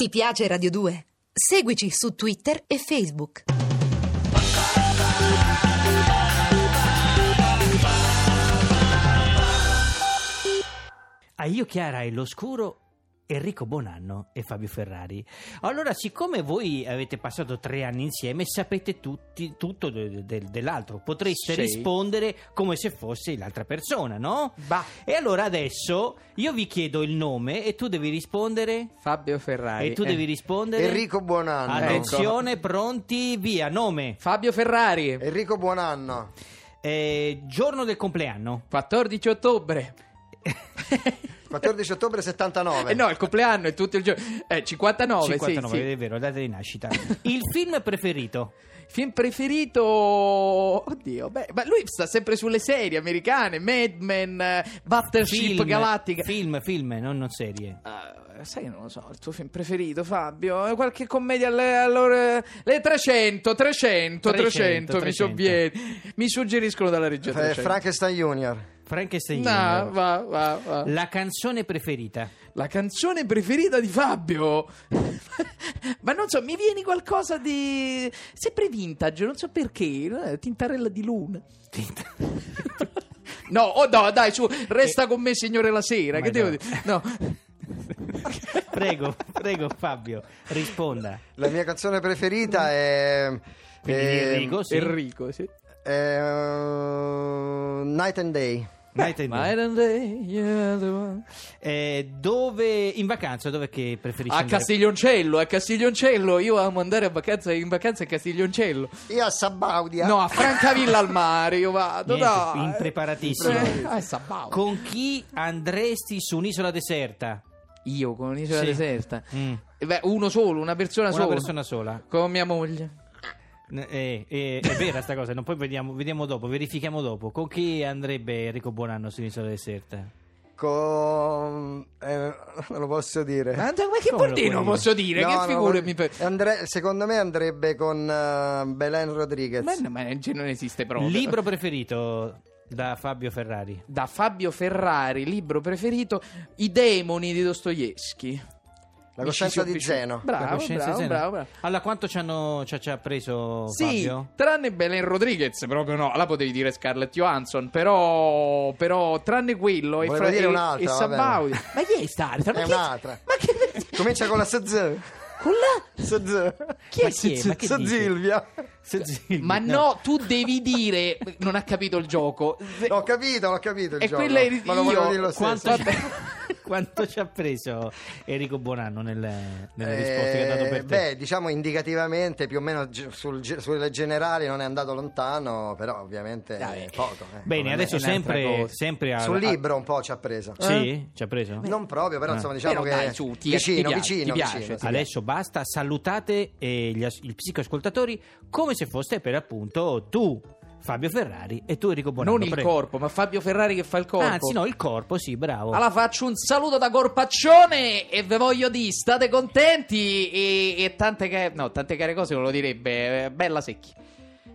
Ti piace Radio 2? Seguici su Twitter e Facebook. a Ah, Io Chiara e l'Oscuro, Enrico Bonanno e Fabio Ferrari. Allora, siccome voi avete passato tre anni insieme, sapete tutti, tutto de- de- del- dell'altro, potreste Sì. rispondere come se fosse l'altra persona, no? Bah, E allora adesso io vi chiedo il nome e tu devi rispondere. Fabio Ferrari. E tu Eh. ecco. devi rispondere. Enrico Buonanno. Attenzione, pronti, via, nome. Fabio Ferrari, Enrico Buonanno. Eh, giorno del compleanno. 14 ottobre. 14 ottobre 79. Eh no, il compleanno è tutto il giorno. Eh, 59, 59, sì, è vero, la data di nascita. Il film preferito? sì. Film preferito... Oddio, beh, ma lui sta sempre sulle serie americane, Mad Men, eh, Battleship Film, Galactica. Film, film, non, non serie. Ah, sai che non lo so, il tuo film preferito, Fabio? Eh, Qualche commedia alle, all'ora- le 300, 300, 300, 300, mi sovviene. Mi suggeriscono dalla regia Eh, 300. Frankenstein Junior. Frankenstein. No, Junior. va, va, va. La canzone preferita? La canzone preferita di Fabio. Ma non so, mi viene qualcosa di. sempre vintage, non so perché. eh, Tintarella di luna. no, oh no, dai, su, resta con me, signore la sera. Ma Che devo no. dire? No. Prego, prego Fabio, risponda. La mia canzone preferita è. Quindi Eh, di Enrico, sì. Enrico, sì. è, eh, Night and Day. Night and Day. Night and day, you're the one. Eh, dove, in vacanza, dove che preferisci A andare? Castiglioncello, a Castiglioncello. Io amo andare a vacanza, in vacanza a Castiglioncello. Io a Sabaudia. No, a Francavilla al mare, io vado. ah. Niente, dai. impreparatissimo. Eh, ah, è sabato. Con chi andresti su un'isola deserta? Io con un'isola Sì. deserta. Mm. Eh Beh, uno solo, una persona Una sola. persona sola. Con mia moglie. Eh, eh, è vera sta cosa, non poi vediamo, vediamo dopo, verifichiamo dopo. Con chi andrebbe Enrico Buonanno su un'isola deserta? Con. eh, non lo posso dire. Ma, ma che Come vuol lo dire? puoi Non dire? posso Eh? dire. No, che no, figure no, mi fai? andre- secondo me andrebbe con eh, Belen Rodriguez. Ma, no, ma non esiste proprio. Libro preferito da Fabio Ferrari? Da Fabio Ferrari, libro preferito, I demoni di Dostoevsky. La coscienza di Zeno Zeno. La Bravo, coscienza bravo, zero. bravo, bravo. Allora, quanto ci, hanno, ci, ci ha preso Sì, Fabio? tranne Belen Rodriguez, proprio no, la potevi dire Scarlett Johansson, però, però tranne quello e, Volevo fra- dire e- un'altra, e va bene. Sabaudi. Ma chi è Star? Ma È chi- un'altra. Ma che... Comincia con la SZ. Con la... SZ. Chi è Ma chi è? Ma che SZ dici? Silvia. Sì, Ma no, tu devi dire. Non ha capito il gioco. Ho capito, l'ho capito. Il E gioco, quella eri ma lo volevo io. dire lo Quanto, stesso. ci, quanto ci ha preso Enrico Bonanno nel- nelle risposte che ha dato Eh, per te? beh, diciamo indicativamente più o meno ge- sul ge- sulle generali non è andato lontano, però ovviamente Dai. Ah. poco. eh. Bene, Come adesso è un'altra sempre, cosa. eh? sempre a, Sul a- libro un po' ci ha presa. Sì, ci ha preso? Non proprio, però Ah. insomma diciamo Però che dai, su, ti- ti vicino, piace, ti vicino, piace, vicino, ti sì. Adesso basta, salutate eh, gli, as- i psicoascoltatori come se foste per appunto tu, Fabio Ferrari, e tu Enrico Bonanno. non il prego. corpo, ma Fabio Ferrari che fa il corpo. Anzi, no, il corpo, sì, bravo. Allora faccio un saluto da Corpaccione e vi voglio dire, state contenti e, e tante, care, no, tante care cose non lo direbbe, eh, bella secchi.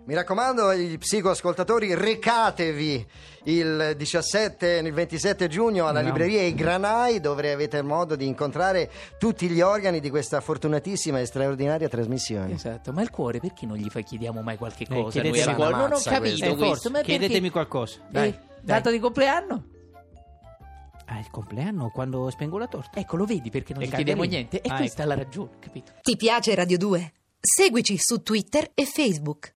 Mi raccomando, gli psicoascoltatori, recatevi il 17 e il 27 giugno alla No. libreria I Granai, dove avete modo di incontrare tutti gli organi di questa fortunatissima e straordinaria Eh. trasmissione. Esatto, ma il cuore perché non gli fai- chiediamo mai qualche cosa? chiedete- noi al sì, cuore? ma non ho ammazza capito questo. Eh, questo, forse, ma perché- chiedetemi qualcosa. Eh, Dai, dai. Data di compleanno? Ah, il compleanno quando spengo la torta. Ecco, lo vedi perché non E gli chiediamo Candelini. niente e Ah, questa è la ragione, capito? Ti piace Radio 2? Seguici su Twitter e Facebook.